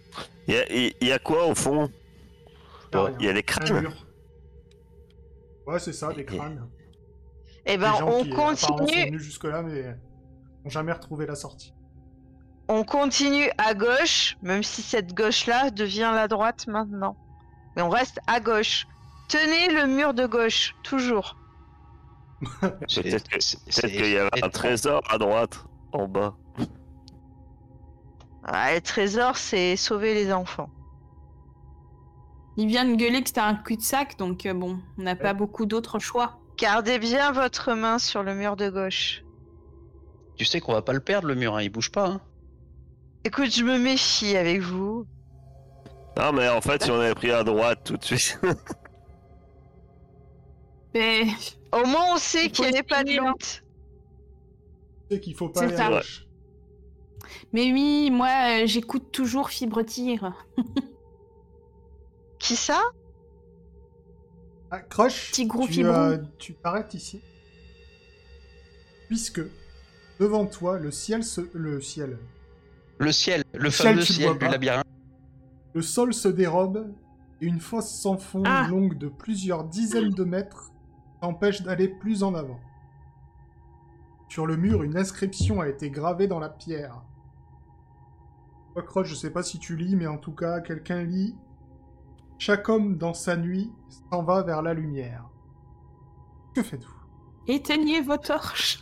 [SPEAKER 2] Il y a- il y a quoi au fond
[SPEAKER 1] Ah,
[SPEAKER 3] Bon,
[SPEAKER 1] rien.
[SPEAKER 2] Il y a des
[SPEAKER 1] Un
[SPEAKER 4] Hum,
[SPEAKER 2] crânes.
[SPEAKER 1] mur. Ouais, c'est ça, des crânes.
[SPEAKER 5] Eh
[SPEAKER 4] Bah,
[SPEAKER 5] ben,
[SPEAKER 1] des gens
[SPEAKER 5] on
[SPEAKER 1] qui apparemment, sont
[SPEAKER 5] continue,
[SPEAKER 1] venus jusque-là, mais n'ont jamais retrouvé la sortie.
[SPEAKER 5] on continue à gauche, même si cette gauche-là devient la droite maintenant. Mais on reste à gauche. Tenez le mur de gauche, toujours.
[SPEAKER 3] C'est-
[SPEAKER 2] Peut-être que-
[SPEAKER 3] c'est-
[SPEAKER 2] Peut-être
[SPEAKER 3] c'est-
[SPEAKER 2] qu'il y avait un
[SPEAKER 3] c'est-
[SPEAKER 2] trésor à droite, en bas.
[SPEAKER 5] Ah, le trésor, c'est sauver les enfants.
[SPEAKER 4] Il vient de gueuler que c'était un cul-de-sac, donc euh, bon, on n'a pas beaucoup d'autres choix.
[SPEAKER 5] Gardez bien votre main sur le mur de gauche.
[SPEAKER 3] Tu sais qu'on va pas le perdre, le mur, hein, il bouge pas. Hein.
[SPEAKER 5] Écoute, je me méfie avec vous.
[SPEAKER 2] Non, mais en fait, si on avait pris à droite tout de suite.
[SPEAKER 4] Mais
[SPEAKER 5] Au moins, on sait
[SPEAKER 4] Il faut
[SPEAKER 5] qu'il n'est pas de
[SPEAKER 4] essayer, hein.
[SPEAKER 5] loot.
[SPEAKER 1] C'est qu'il faut pas
[SPEAKER 4] C'est
[SPEAKER 1] aller
[SPEAKER 4] ça.
[SPEAKER 1] à gauche.
[SPEAKER 4] Mais oui, moi, euh, j'écoute toujours Fibre Tigre.
[SPEAKER 5] Qui ça
[SPEAKER 1] Ah, Crush,
[SPEAKER 4] Petit gros
[SPEAKER 1] tu,
[SPEAKER 4] fibrou.
[SPEAKER 1] euh, tu t'arrêtes ici. Puisque, devant toi, le ciel se... Le ciel.
[SPEAKER 3] Le ciel, le,
[SPEAKER 1] Le ciel,
[SPEAKER 3] fameux
[SPEAKER 1] tu le
[SPEAKER 3] ciel
[SPEAKER 1] vois
[SPEAKER 3] du
[SPEAKER 1] pas.
[SPEAKER 3] labyrinthe.
[SPEAKER 1] Le sol se dérobe et une fosse sans fond
[SPEAKER 4] Ah.
[SPEAKER 1] longue de plusieurs dizaines de mètres t'empêche d'aller plus en avant. Sur le mur, une inscription a été gravée dans la pierre. Toi, Croche, je sais pas si tu lis, mais en tout cas, quelqu'un lit. Chaque homme dans sa nuit s'en va vers la lumière. Que faites-vous
[SPEAKER 4] Éteignez vos torches.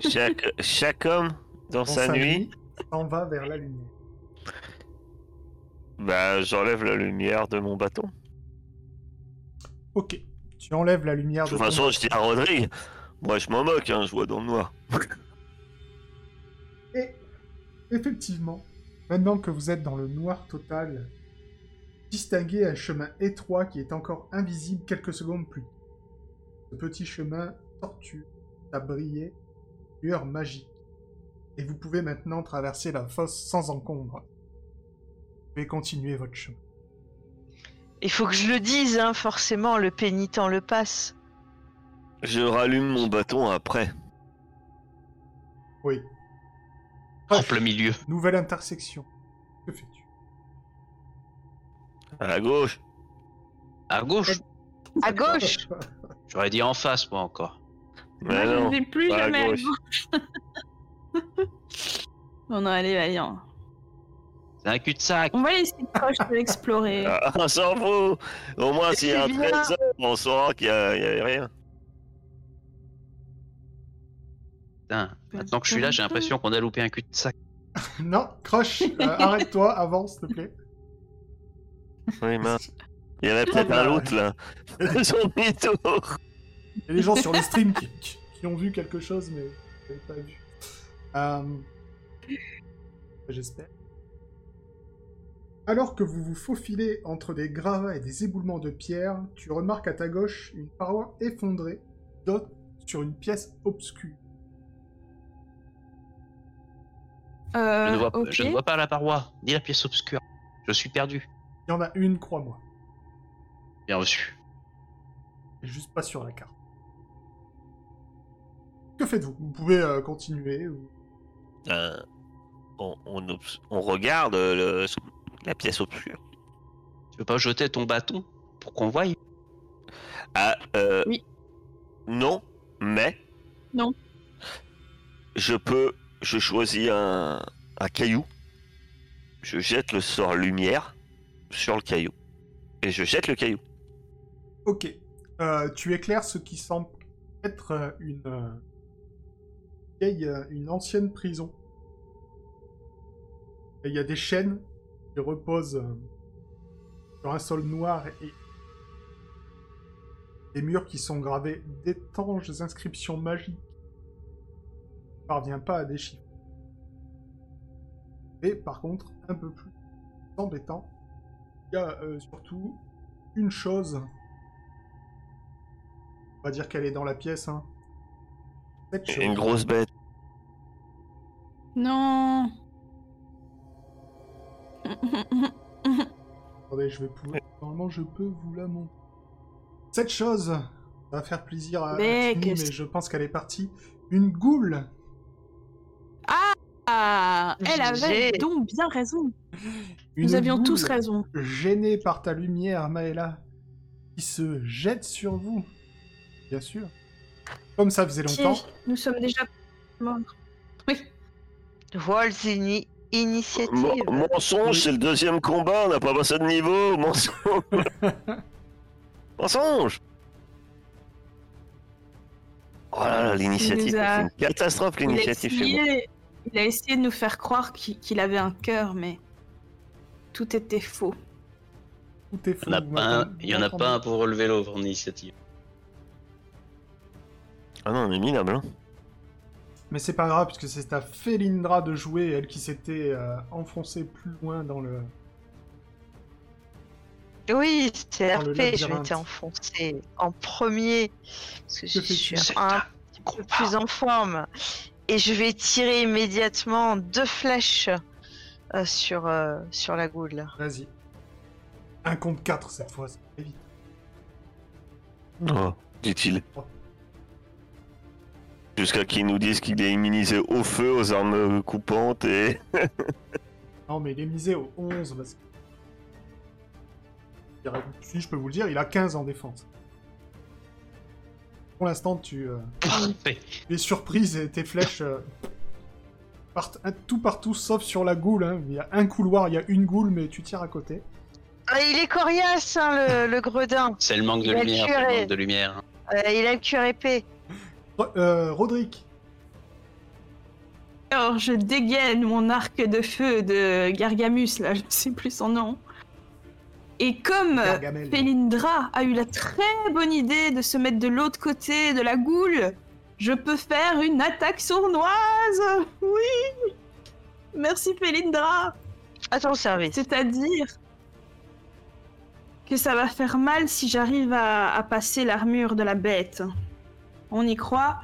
[SPEAKER 2] Chaque, chaque homme dans,
[SPEAKER 1] Dans
[SPEAKER 2] sa, nuit,
[SPEAKER 1] s'en va vers la lumière.
[SPEAKER 2] bah j'enlève la lumière de mon bâton.
[SPEAKER 1] Ok. Tu enlèves la lumière
[SPEAKER 2] De
[SPEAKER 1] de
[SPEAKER 2] toute
[SPEAKER 1] ton
[SPEAKER 2] façon, je dis à Rodrigue, moi je m'en moque, hein, je vois dans le noir.
[SPEAKER 1] Et effectivement, maintenant que vous êtes dans le noir total, distinguez un chemin étroit qui est encore invisible quelques secondes plus. tôt. Ce petit chemin tortueux a brillé, lueur magique. Et vous pouvez maintenant traverser la fosse sans encombre. Vous pouvez continuer votre chemin.
[SPEAKER 5] Il faut que je le dise, hein, forcément, le pénitent le passe.
[SPEAKER 2] Je rallume mon bâton après.
[SPEAKER 1] Oui.
[SPEAKER 3] En plein milieu.
[SPEAKER 1] Nouvelle intersection. Que fais-tu
[SPEAKER 2] À la gauche.
[SPEAKER 3] À gauche
[SPEAKER 5] À gauche
[SPEAKER 3] J'aurais dit en face, moi encore.
[SPEAKER 2] Mais
[SPEAKER 4] Moi, je
[SPEAKER 2] non.
[SPEAKER 4] ne vais plus
[SPEAKER 2] pas à
[SPEAKER 4] jamais à
[SPEAKER 2] gauche.
[SPEAKER 4] gauche. On allez, Valiant.
[SPEAKER 3] C'est un cul-de-sac.
[SPEAKER 4] On va laisser Crush de l'explorer.
[SPEAKER 2] Ah, on s'en fout. Au moins, s'il y a un
[SPEAKER 5] C'est bien.
[SPEAKER 2] trésor, on saura qu'il n'y avait rien.
[SPEAKER 3] Putain, Maintenant que je suis là, j'ai l'impression qu'on a loupé un cul-de-sac.
[SPEAKER 1] Non, Crush, euh, arrête-toi, avance, s'il te plaît.
[SPEAKER 2] Oui, mince. Il y avait peut-être un loot là. Son demi-tour.
[SPEAKER 1] Il y a des gens sur le stream qui, qui- qui ont vu quelque chose, mais je l'avais pas vu. Euh, J'espère. Alors que vous vous faufilez entre des gravats et des éboulements de pierre, tu remarques à ta gauche une paroi effondrée, d'autres sur une pièce obscure.
[SPEAKER 4] Euh,
[SPEAKER 3] Je ne, vois,
[SPEAKER 4] ok.
[SPEAKER 3] je ne vois pas la paroi, ni la pièce obscure. Je suis perdu.
[SPEAKER 1] Il y en a une, crois-moi.
[SPEAKER 3] Bien reçu.
[SPEAKER 1] et juste pas sur la carte. Que faites-vous Vous pouvez euh, continuer. ou-
[SPEAKER 2] Euh, on, on obs- on regarde euh, le- la pièce obscure.
[SPEAKER 3] Tu veux pas jeter ton bâton pour qu'on voie
[SPEAKER 2] Ah, euh,
[SPEAKER 4] Oui.
[SPEAKER 2] Non, mais.
[SPEAKER 4] Non.
[SPEAKER 2] Je peux. Je choisis un, un caillou. Je jette le sort lumière sur le caillou. Et je jette le caillou.
[SPEAKER 1] Ok. Euh, tu éclaires ce qui semble être euh, une euh, vieille, euh, une ancienne prison. Et Il y a des chaînes qui reposent euh, sur un sol noir et des murs qui sont gravés d'étranges inscriptions magiques. Tu parviens pas à déchiffrer. Et par contre, un peu plus embêtant, il y a euh, surtout une chose on va dire qu'elle est dans la pièce. Hein. Cette chose.
[SPEAKER 2] Une grosse bête.
[SPEAKER 4] Non.
[SPEAKER 1] Attendez, je vais pouvoir. Normalement, je peux vous la montrer. Cette chose, ça va faire plaisir à, à
[SPEAKER 4] Mais
[SPEAKER 1] Tini,
[SPEAKER 4] qu'est-ce-
[SPEAKER 1] mais je pense qu'elle est partie. Une goule.
[SPEAKER 4] Ah, elle avait
[SPEAKER 5] J'ai-
[SPEAKER 4] donc bien raison.
[SPEAKER 1] Une
[SPEAKER 4] Nous avions
[SPEAKER 1] goule
[SPEAKER 4] tous raison.
[SPEAKER 1] Gênée par ta lumière, Maëla, qui se jette sur vous bien sûr. Comme ça faisait longtemps.
[SPEAKER 4] Pied, nous sommes déjà morts.
[SPEAKER 5] Volzini, initiative.
[SPEAKER 2] Mon- mensonge, c'est le deuxième combat, on n'a pas passé de niveau, mensonge Mensonge Oh là là,
[SPEAKER 4] Il
[SPEAKER 2] l'initiative,
[SPEAKER 4] nous a-
[SPEAKER 2] c'est une catastrophe
[SPEAKER 4] Il a,
[SPEAKER 2] l'initiative chez moi.
[SPEAKER 4] essayé, il a essayé de nous faire croire qu'il qu'il avait un cœur, mais tout était faux.
[SPEAKER 1] Tout est fou.
[SPEAKER 3] Il n'y en a
[SPEAKER 1] vous
[SPEAKER 3] pas un,
[SPEAKER 1] m'entendez-
[SPEAKER 3] il y en a
[SPEAKER 1] vous m'entendez
[SPEAKER 3] pas un pour relever l'autre en initiative.
[SPEAKER 2] Ah non, on est minable, hein.
[SPEAKER 1] Mais c'est pas grave, puisque c'est à Felindra de jouer, elle qui s'était euh, enfoncée plus loin dans le.
[SPEAKER 5] Oui, c'est
[SPEAKER 1] Oh, le
[SPEAKER 5] RP, je
[SPEAKER 1] labyrinthe.
[SPEAKER 5] m'étais enfoncée en premier. Parce que je
[SPEAKER 1] fais-tu
[SPEAKER 5] suis
[SPEAKER 3] C'est
[SPEAKER 5] un
[SPEAKER 3] un
[SPEAKER 5] petit peu plus en forme. Et je vais tirer immédiatement deux flèches euh, sur, euh, sur la goule.
[SPEAKER 1] Vas-y. Un contre 4 cette fois, ça va vite.
[SPEAKER 2] Oh, dit-il.
[SPEAKER 1] Oh.
[SPEAKER 2] Jusqu'à qu'ils nous disent qu'il est immunisé au feu, aux armes coupantes et.
[SPEAKER 1] Non, mais il est misé au 11. Parce... que- Si je peux vous le dire, il a 15 en défense. Pour l'instant, tu, euh,
[SPEAKER 3] Parfait.
[SPEAKER 1] tu es surprise et tes flèches euh, partent un- tout partout sauf sur la goule. hein. Il y a un couloir, il y a une goule, mais tu tires à côté.
[SPEAKER 5] Ah, il est coriace, hein, le, le gredin.
[SPEAKER 3] C'est le manque de
[SPEAKER 5] Il a
[SPEAKER 3] lumière, c'est le
[SPEAKER 5] curé.
[SPEAKER 3] manque de lumière.
[SPEAKER 5] Euh, il a le cuir épais.
[SPEAKER 1] Ro- euh, Roderick,
[SPEAKER 4] Alors je dégaine mon arc de feu de Gargamus, là, je ne sais plus son nom. Et comme euh,
[SPEAKER 1] Gargamel.
[SPEAKER 4] Felindra a eu la très bonne idée de se mettre de l'autre côté de la goule, je peux faire une attaque sournoise Oui Merci Felindra
[SPEAKER 5] À ton service.
[SPEAKER 4] C'est-à-dire que ça va faire mal si j'arrive à, à passer l'armure de la bête. On y croit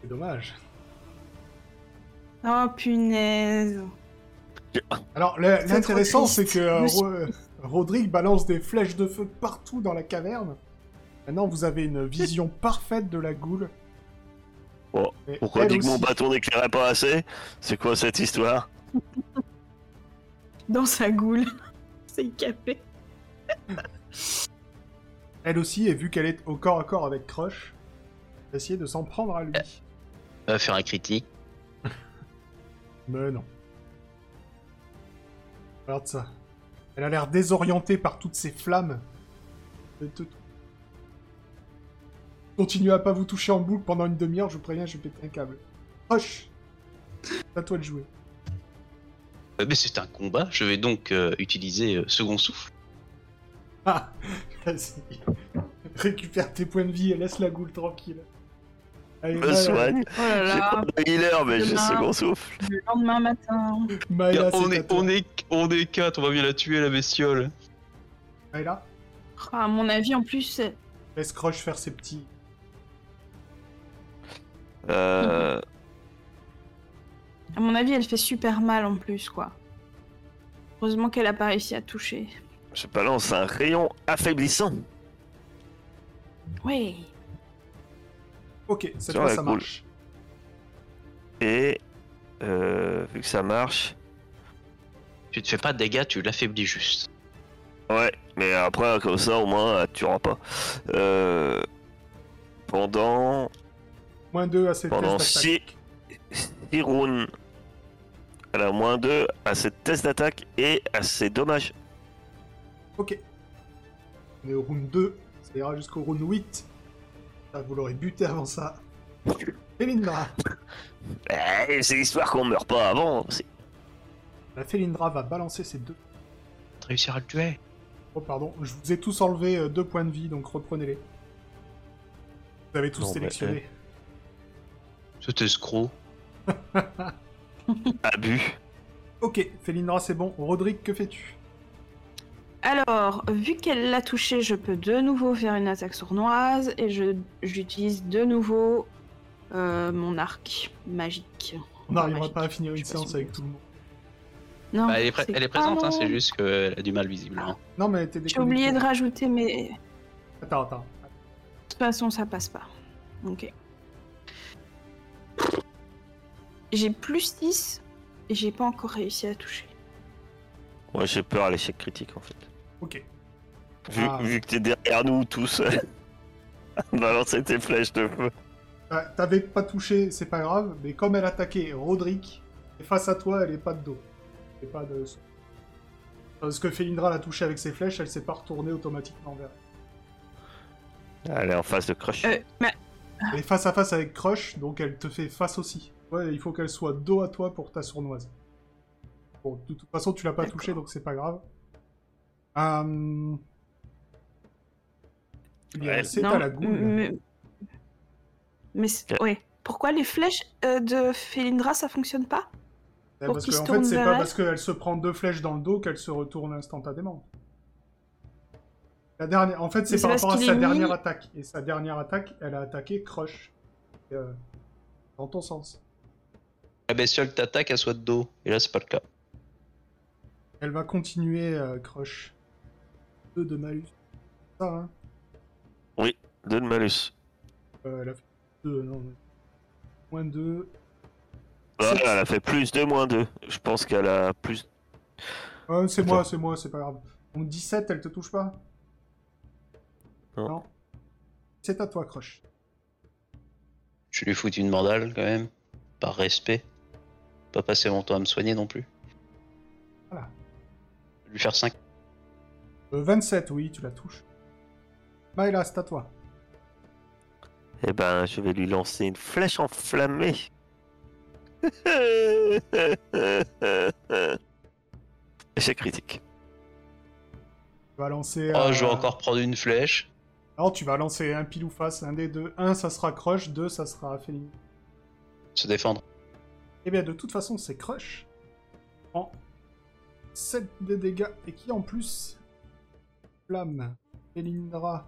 [SPEAKER 1] C'est dommage.
[SPEAKER 4] Oh punaise.
[SPEAKER 1] Alors, le-
[SPEAKER 4] C'est
[SPEAKER 1] l'intéressant,
[SPEAKER 4] trop
[SPEAKER 1] c'est
[SPEAKER 4] triste.
[SPEAKER 1] que euh,
[SPEAKER 4] Je
[SPEAKER 1] Ro- euh, Roderick balance des flèches de feu partout dans la caverne. Maintenant, vous avez une vision parfaite de la goule.
[SPEAKER 2] Oh,
[SPEAKER 1] Et
[SPEAKER 2] Pourquoi
[SPEAKER 1] elle
[SPEAKER 2] dit que mon
[SPEAKER 1] aussi.
[SPEAKER 2] bâton n'éclairait pas assez C'est quoi cette histoire
[SPEAKER 4] Dans sa goule. C'est capé.
[SPEAKER 1] Elle aussi, et vu qu'elle est au corps à corps avec Crush, elle a essayé de s'en prendre à lui.
[SPEAKER 2] Eh,
[SPEAKER 3] On va faire un critique.
[SPEAKER 1] Mais non. Regarde ça. Elle a l'air désorientée par toutes ces flammes. Et tout- Continuez à pas vous toucher en boucle pendant une demi-heure, je vous préviens, je vais péter un câble. Crush C'est à toi de jouer.
[SPEAKER 3] Euh, Mais c'est un combat, je vais donc euh, utiliser euh, second souffle.
[SPEAKER 1] Ah Vas-y. Récupère tes points de vie et laisse la goule tranquille. Allez,
[SPEAKER 2] Me
[SPEAKER 1] Maëla-
[SPEAKER 2] soigne.
[SPEAKER 4] Oh là
[SPEAKER 2] J'ai
[SPEAKER 4] là,
[SPEAKER 2] pas de healer, mais j'ai
[SPEAKER 4] Demain.
[SPEAKER 2] second souffle.
[SPEAKER 4] le lendemain matin. Oh,
[SPEAKER 1] Maëla,
[SPEAKER 3] on,
[SPEAKER 1] c'est à
[SPEAKER 3] est,
[SPEAKER 1] toi.
[SPEAKER 3] on, est, on est quatre, on va bien la tuer la bestiole.
[SPEAKER 1] Maëla,
[SPEAKER 4] Oh, à mon avis, en plus,
[SPEAKER 1] laisse Crush faire ses petits.
[SPEAKER 2] Euh.
[SPEAKER 4] à mon avis, elle fait super mal en plus, quoi. Heureusement qu'elle a pas réussi à toucher.
[SPEAKER 2] Je balance un rayon affaiblissant.
[SPEAKER 4] Oui.
[SPEAKER 1] Ok, cette
[SPEAKER 2] Sur
[SPEAKER 1] fois
[SPEAKER 2] la
[SPEAKER 1] ça
[SPEAKER 2] goule.
[SPEAKER 1] marche.
[SPEAKER 2] Et. euh, vu que ça marche.
[SPEAKER 3] Tu te fais pas de dégâts, tu l'affaiblis juste.
[SPEAKER 2] Ouais, mais après, comme ça, au moins, elle te tuera pas. Euh. Pendant.
[SPEAKER 1] Moins 2 à cette
[SPEAKER 2] Pendant
[SPEAKER 1] tests
[SPEAKER 2] six-
[SPEAKER 1] attaques.
[SPEAKER 2] six rounds. Elle a moins 2 à ses tests d'attaque et à ses dommages.
[SPEAKER 1] Ok. On est au round 2, ça ira jusqu'au round 8. Ah, vous l'aurez buté avant ça.
[SPEAKER 2] Ah.
[SPEAKER 1] Felindra
[SPEAKER 2] Eh, c'est l'histoire qu'on meurt pas avant. hein. c'est-
[SPEAKER 1] La Felindra va balancer ses deux.
[SPEAKER 3] Réussir à le tuer.
[SPEAKER 1] Oh pardon, je vous ai tous enlevé euh, deux points de vie, donc reprenez-les. Vous avez tous
[SPEAKER 2] Bon, bah,
[SPEAKER 1] sélectionné.
[SPEAKER 3] Cet escroc.
[SPEAKER 2] Abus. euh.
[SPEAKER 1] Ok, Felindra c'est bon. Roderick, que fais-tu
[SPEAKER 4] Alors, vu qu'elle l'a touché, je peux de nouveau faire une attaque sournoise et je j'utilise de nouveau euh, mon arc magique.
[SPEAKER 1] On n'arrivera
[SPEAKER 4] magique.
[SPEAKER 1] pas à finir une
[SPEAKER 4] Je sais pas
[SPEAKER 1] séance
[SPEAKER 4] si-
[SPEAKER 1] avec tout le monde.
[SPEAKER 4] Non,
[SPEAKER 3] Bah, elle, est pré-
[SPEAKER 4] c'est-
[SPEAKER 3] elle est présente,
[SPEAKER 4] Ah
[SPEAKER 3] hein,
[SPEAKER 4] non,
[SPEAKER 3] c'est juste qu'elle a du mal visiblement.
[SPEAKER 1] Non mais t'es
[SPEAKER 4] J'ai oublié de
[SPEAKER 1] déconnecté.
[SPEAKER 4] rajouter, mais de
[SPEAKER 1] Attends, attends.
[SPEAKER 4] toute façon, ça passe pas. Ok. J'ai plus 10 et j'ai pas encore réussi à toucher.
[SPEAKER 2] Ouais, j'ai peur à l'échec critique en fait.
[SPEAKER 1] Ok.
[SPEAKER 2] Vu,
[SPEAKER 1] Ah.
[SPEAKER 2] vu que t'es derrière nous tous. Bah, Balancer tes flèches de feu.
[SPEAKER 1] Ah, T'avais pas touché, c'est pas grave, mais comme elle attaquait Roderick, et face à toi, elle est pas de dos. Elle est pas de. Parce que Félindra l'a touché avec ses flèches, elle s'est pas retournée automatiquement vers
[SPEAKER 2] Elle est en face de Crush.
[SPEAKER 4] Euh, mais
[SPEAKER 1] elle. Elle est face à face avec Crush, donc elle te fait face aussi. Ouais, il faut qu'elle soit dos à toi pour ta sournoise. Bon, de toute façon, tu l'as pas
[SPEAKER 4] D'accord.
[SPEAKER 1] touché, donc c'est pas grave. Euh... Il y a-
[SPEAKER 2] Ouais.
[SPEAKER 1] C'est
[SPEAKER 4] non,
[SPEAKER 1] à la goule.
[SPEAKER 4] Mais, mais c'est-
[SPEAKER 2] Ok.
[SPEAKER 4] ouais. Pourquoi les flèches euh, de Felindra ça fonctionne pas
[SPEAKER 1] Eh,
[SPEAKER 4] Pour
[SPEAKER 1] parce
[SPEAKER 4] qu'il
[SPEAKER 1] que,
[SPEAKER 4] se
[SPEAKER 1] en
[SPEAKER 4] tourne
[SPEAKER 1] fait, c'est
[SPEAKER 4] vers
[SPEAKER 1] pas
[SPEAKER 4] elle.
[SPEAKER 1] parce qu'elle se prend deux flèches dans le dos qu'elle se retourne instantanément. La dernière, en fait,
[SPEAKER 4] Mais
[SPEAKER 1] c'est
[SPEAKER 4] c'est
[SPEAKER 1] par
[SPEAKER 4] parce
[SPEAKER 1] rapport à
[SPEAKER 4] qu'il
[SPEAKER 1] sa
[SPEAKER 4] est
[SPEAKER 1] dernière
[SPEAKER 4] mis-
[SPEAKER 1] attaque. Et sa dernière attaque, elle a attaqué Crush. Euh, dans ton sens.
[SPEAKER 3] La bestiole t'attaque, elle soit de dos. Et là, c'est pas le cas.
[SPEAKER 1] Elle va continuer euh, Crush. Deux de malus. C'est Ça, hein
[SPEAKER 2] Deux de malus.
[SPEAKER 1] Euh, Elle a fait deux, non. non. Moins deux.
[SPEAKER 2] Voilà,
[SPEAKER 1] C'est-
[SPEAKER 2] Ah, elle a fait plus de moins deux. Je pense qu'elle a plus.
[SPEAKER 1] Euh, c'est
[SPEAKER 2] Attends.
[SPEAKER 1] moi, c'est moi, c'est pas grave. Donc 17, elle te touche pas
[SPEAKER 2] Non.
[SPEAKER 1] C'est à toi, Crush.
[SPEAKER 3] Je lui fous une mandale quand même. Par respect. Pas passer mon temps à me soigner non plus.
[SPEAKER 1] Voilà.
[SPEAKER 3] Je vais Lui faire 5.
[SPEAKER 1] Euh, 27, oui, tu la touches. Maëla, c'est à toi.
[SPEAKER 2] Eh ben, je vais lui lancer une flèche enflammée. Et c'est critique.
[SPEAKER 1] Tu vas lancer.
[SPEAKER 3] Oh,
[SPEAKER 1] euh,
[SPEAKER 3] je vais encore prendre une flèche.
[SPEAKER 1] Non, tu vas lancer un pile ou face, un des deux. Un, ça sera Crush, deux, ça sera Féline.
[SPEAKER 3] Se défendre.
[SPEAKER 1] Eh bien, de toute façon, c'est Crush. En 7 de dégâts, et qui en plus. Flamme, Elindra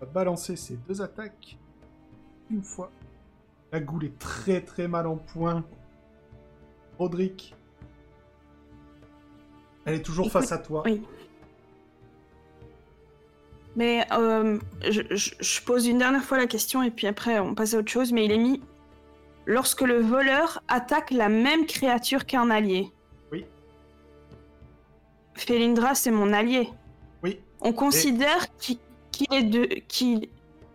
[SPEAKER 1] va balancer ses deux attaques. Une fois. La goule est très très mal en point. Roderick. Elle est toujours
[SPEAKER 4] Écoute,
[SPEAKER 1] face à toi.
[SPEAKER 4] oui. Mais euh, je, je- je pose une dernière fois la question et puis après on passe à autre chose. Mais il est mis lorsque le voleur attaque la même créature qu'un allié.
[SPEAKER 1] Oui.
[SPEAKER 4] Felindra, c'est mon allié.
[SPEAKER 1] Oui,
[SPEAKER 4] On considère qu'il qu'il est de- qu'il-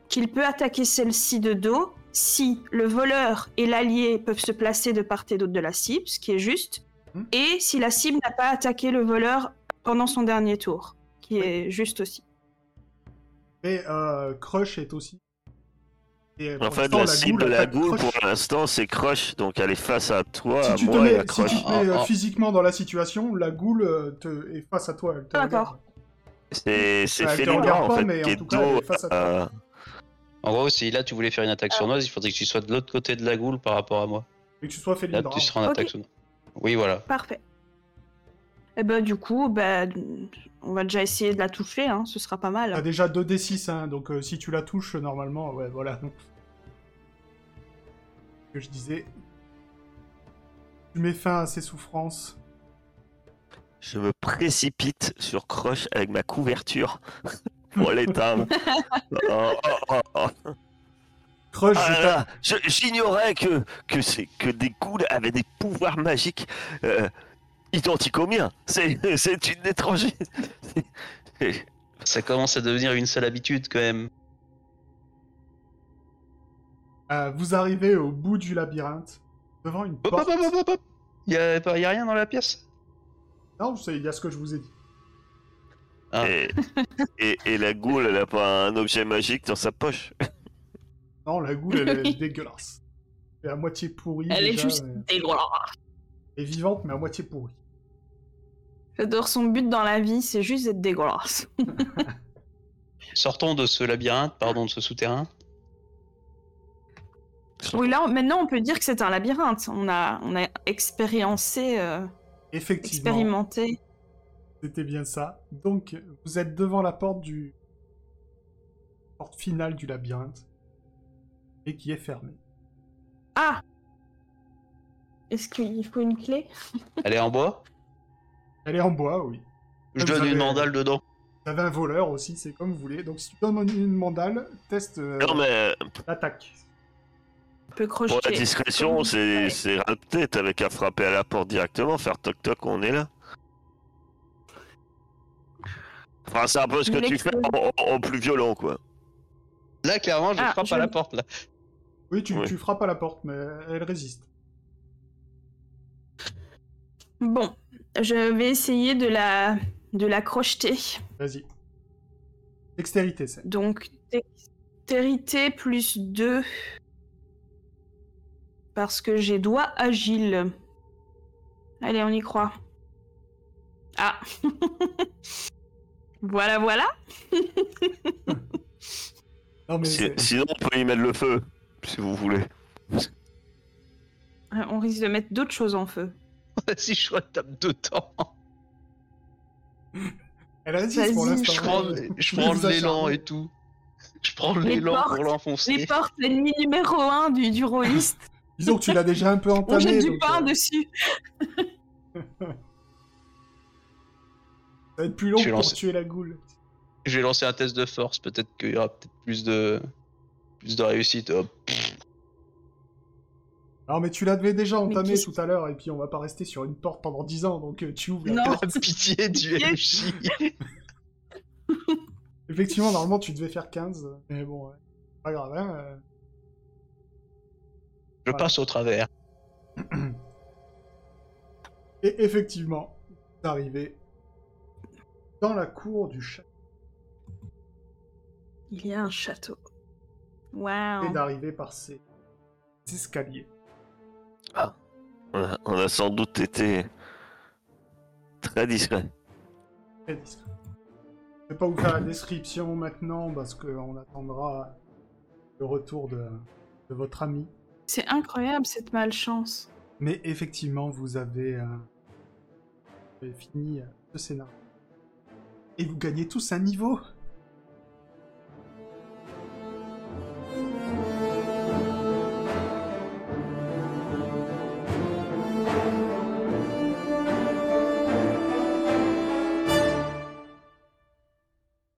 [SPEAKER 4] qu'il peut attaquer celle-ci de dos si le voleur et l'allié peuvent se placer de part et d'autre de la cible, ce qui est juste,
[SPEAKER 1] Mhm.
[SPEAKER 4] et si la cible n'a pas attaqué le voleur pendant son dernier tour, qui est juste aussi.
[SPEAKER 1] Et euh, Crush est aussi. Et
[SPEAKER 2] En
[SPEAKER 1] pour
[SPEAKER 2] fait,
[SPEAKER 1] l'instant,
[SPEAKER 2] la cible de la
[SPEAKER 1] attaque
[SPEAKER 2] goule
[SPEAKER 1] Crush.
[SPEAKER 2] pour euh, l'instant, c'est Crush. Donc elle est face à toi,
[SPEAKER 1] Si
[SPEAKER 2] à
[SPEAKER 1] tu te
[SPEAKER 2] moi et
[SPEAKER 1] mets,
[SPEAKER 2] à
[SPEAKER 1] si
[SPEAKER 2] Crush.
[SPEAKER 1] tu te mets, euh,
[SPEAKER 3] Ah, ah.
[SPEAKER 1] physiquement dans la situation, la goule euh, te... est face à toi. Elle te
[SPEAKER 3] Ah,
[SPEAKER 4] D'accord.
[SPEAKER 1] regarde.
[SPEAKER 2] C'est c'est
[SPEAKER 1] Bah, elle te
[SPEAKER 2] Félindra,
[SPEAKER 1] regarde
[SPEAKER 2] en
[SPEAKER 1] pas,
[SPEAKER 2] fait, euh,
[SPEAKER 1] mais
[SPEAKER 2] qui
[SPEAKER 1] en
[SPEAKER 2] est
[SPEAKER 1] tout cas, elle
[SPEAKER 2] dos
[SPEAKER 1] est face à toi.
[SPEAKER 2] à...
[SPEAKER 3] En gros, si là tu voulais faire une attaque
[SPEAKER 4] Ah.
[SPEAKER 3] sournoise, il faudrait que tu sois de l'autre côté de la goule par rapport à moi.
[SPEAKER 1] Et que tu sois
[SPEAKER 3] Là,
[SPEAKER 1] Félindra.
[SPEAKER 3] tu seras en
[SPEAKER 4] Ok.
[SPEAKER 3] attaque sournoise. Oui, voilà.
[SPEAKER 4] Parfait. Et ben du coup, ben, on va déjà essayer de la toucher, hein, ce sera pas
[SPEAKER 1] T'as
[SPEAKER 4] mal.
[SPEAKER 1] déjà 2d6, hein, donc euh, si tu la touches, normalement, ouais, voilà. Ce que je disais. Tu mets fin à ses souffrances.
[SPEAKER 2] Je me précipite sur Crush avec ma couverture pour l'éteindre. Oh, oh, oh, oh.
[SPEAKER 1] Crush,
[SPEAKER 2] Ah
[SPEAKER 1] je
[SPEAKER 2] là
[SPEAKER 1] t'a-
[SPEAKER 2] là, je- J'ignorais que, que, c'est- que des ghouls avaient des pouvoirs magiques euh, identiques aux miens. C'est c'est une étrangère.
[SPEAKER 3] Ça commence à devenir une seule habitude quand même.
[SPEAKER 1] Euh, vous arrivez au bout du labyrinthe, devant une
[SPEAKER 3] Hop, hop,
[SPEAKER 1] porte.
[SPEAKER 3] hop, hop, hop, hop. Y a, pas- y a rien dans la pièce
[SPEAKER 1] Non, je sais, il y a ce que je vous ai dit.
[SPEAKER 3] Ah.
[SPEAKER 2] Et, et- et la goule, elle a pas un objet magique dans sa poche.
[SPEAKER 1] Non, la goule, elle est dégueulasse. Elle est à moitié pourrie.
[SPEAKER 4] Elle est
[SPEAKER 1] déjà,
[SPEAKER 4] juste
[SPEAKER 1] mais-
[SPEAKER 4] dégueulasse.
[SPEAKER 1] Elle est vivante, mais à moitié pourrie.
[SPEAKER 4] J'adore son but dans la vie, c'est juste d'être dégueulasse.
[SPEAKER 3] Sortons de ce labyrinthe, pardon, de ce souterrain.
[SPEAKER 4] Oui, là, on- maintenant, on peut dire que c'est un labyrinthe. On a, on a expériencé, euh,
[SPEAKER 1] Effectivement,
[SPEAKER 4] expérimenté.
[SPEAKER 1] c'était bien ça. Donc, vous êtes devant la porte du porte finale du labyrinthe et qui est fermée.
[SPEAKER 4] Ah Est-ce qu'il faut une clé
[SPEAKER 3] Elle est en bois
[SPEAKER 1] Elle est en bois, oui.
[SPEAKER 3] Je
[SPEAKER 1] Vous
[SPEAKER 3] donne
[SPEAKER 1] avez-
[SPEAKER 3] une mandale dedans.
[SPEAKER 1] Vous avez un voleur aussi, c'est comme vous voulez. Donc, si tu donnes une mandale, teste euh,
[SPEAKER 2] Non, mais
[SPEAKER 1] l'attaque.
[SPEAKER 4] On peut
[SPEAKER 2] pour la
[SPEAKER 4] crocheter.
[SPEAKER 2] discrétion,
[SPEAKER 4] Comme-
[SPEAKER 2] c'est c'est râle peut-être avec à frapper à la porte directement, faire toc toc, on est là. Enfin, c'est un peu ce que
[SPEAKER 4] Mais
[SPEAKER 2] tu
[SPEAKER 4] que-
[SPEAKER 2] fais en, en- en plus violent, quoi.
[SPEAKER 3] Là, clairement, je
[SPEAKER 4] Ah,
[SPEAKER 3] frappe
[SPEAKER 4] je-
[SPEAKER 3] à la porte. Là.
[SPEAKER 1] Oui, tu,
[SPEAKER 2] Oui.
[SPEAKER 1] tu frappes à la porte, mais elle résiste.
[SPEAKER 4] Bon, je vais essayer de la, de la crocheter.
[SPEAKER 1] Vas-y. Dextérité, c'est.
[SPEAKER 4] Donc, dextérité plus 2. Parce que j'ai doigt agile. Allez, on y croit. Ah Voilà, voilà
[SPEAKER 1] Non, mais
[SPEAKER 2] Si-
[SPEAKER 1] c'est-
[SPEAKER 2] sinon, on peut y mettre le feu, si vous voulez.
[SPEAKER 4] Euh, On risque de mettre d'autres choses en feu.
[SPEAKER 3] si je retape deux temps,
[SPEAKER 1] elle résiste pour
[SPEAKER 4] Vas-y,
[SPEAKER 1] l'instant.
[SPEAKER 3] je prends, je prends
[SPEAKER 1] Vous
[SPEAKER 3] l'élan
[SPEAKER 1] acharnez.
[SPEAKER 3] et tout. Je prends
[SPEAKER 4] Les
[SPEAKER 3] l'élan
[SPEAKER 4] portes,
[SPEAKER 3] pour
[SPEAKER 4] Les
[SPEAKER 3] l'enfoncer.
[SPEAKER 4] portes, l'ennemi numéro 1 du, du rôliste.
[SPEAKER 1] Disons que tu l'as déjà un peu
[SPEAKER 4] On
[SPEAKER 1] entamé.
[SPEAKER 4] jette du
[SPEAKER 1] donc,
[SPEAKER 4] pain
[SPEAKER 1] euh,
[SPEAKER 4] dessus.
[SPEAKER 1] Ça va être plus long
[SPEAKER 3] Je vais
[SPEAKER 1] pour
[SPEAKER 3] lancer.
[SPEAKER 1] tuer la goule.
[SPEAKER 3] Je vais lancer un test de force. Peut-être qu'il y aura peut-être plus de plus de réussite. Hop.
[SPEAKER 1] Alors, mais tu l'as devais déjà entamé
[SPEAKER 4] qu'est-ce-
[SPEAKER 1] tout à l'heure, et puis on va pas rester sur une porte pendant 10 ans, donc euh, tu ouvres la
[SPEAKER 4] Non.
[SPEAKER 1] porte.
[SPEAKER 3] La pitié du
[SPEAKER 4] Pitié.
[SPEAKER 3] MJ.
[SPEAKER 1] Effectivement, normalement, tu devais faire 15, mais bon, ouais. pas grave, hein. euh.
[SPEAKER 3] Je passe au travers.
[SPEAKER 1] Et effectivement, vous arrivez dans la cour du château
[SPEAKER 4] Il y a un château. Waouh
[SPEAKER 1] et d'arriver par ces ces escaliers.
[SPEAKER 2] On a, on a sans doute été très discret.
[SPEAKER 1] Très discret. Je vais pas vous faire la description maintenant parce qu'on attendra le retour de, de votre ami.
[SPEAKER 4] C'est incroyable cette malchance.
[SPEAKER 1] Mais effectivement, vous avez, euh, vous avez fini euh, ce scénario. Et vous gagnez tous un niveau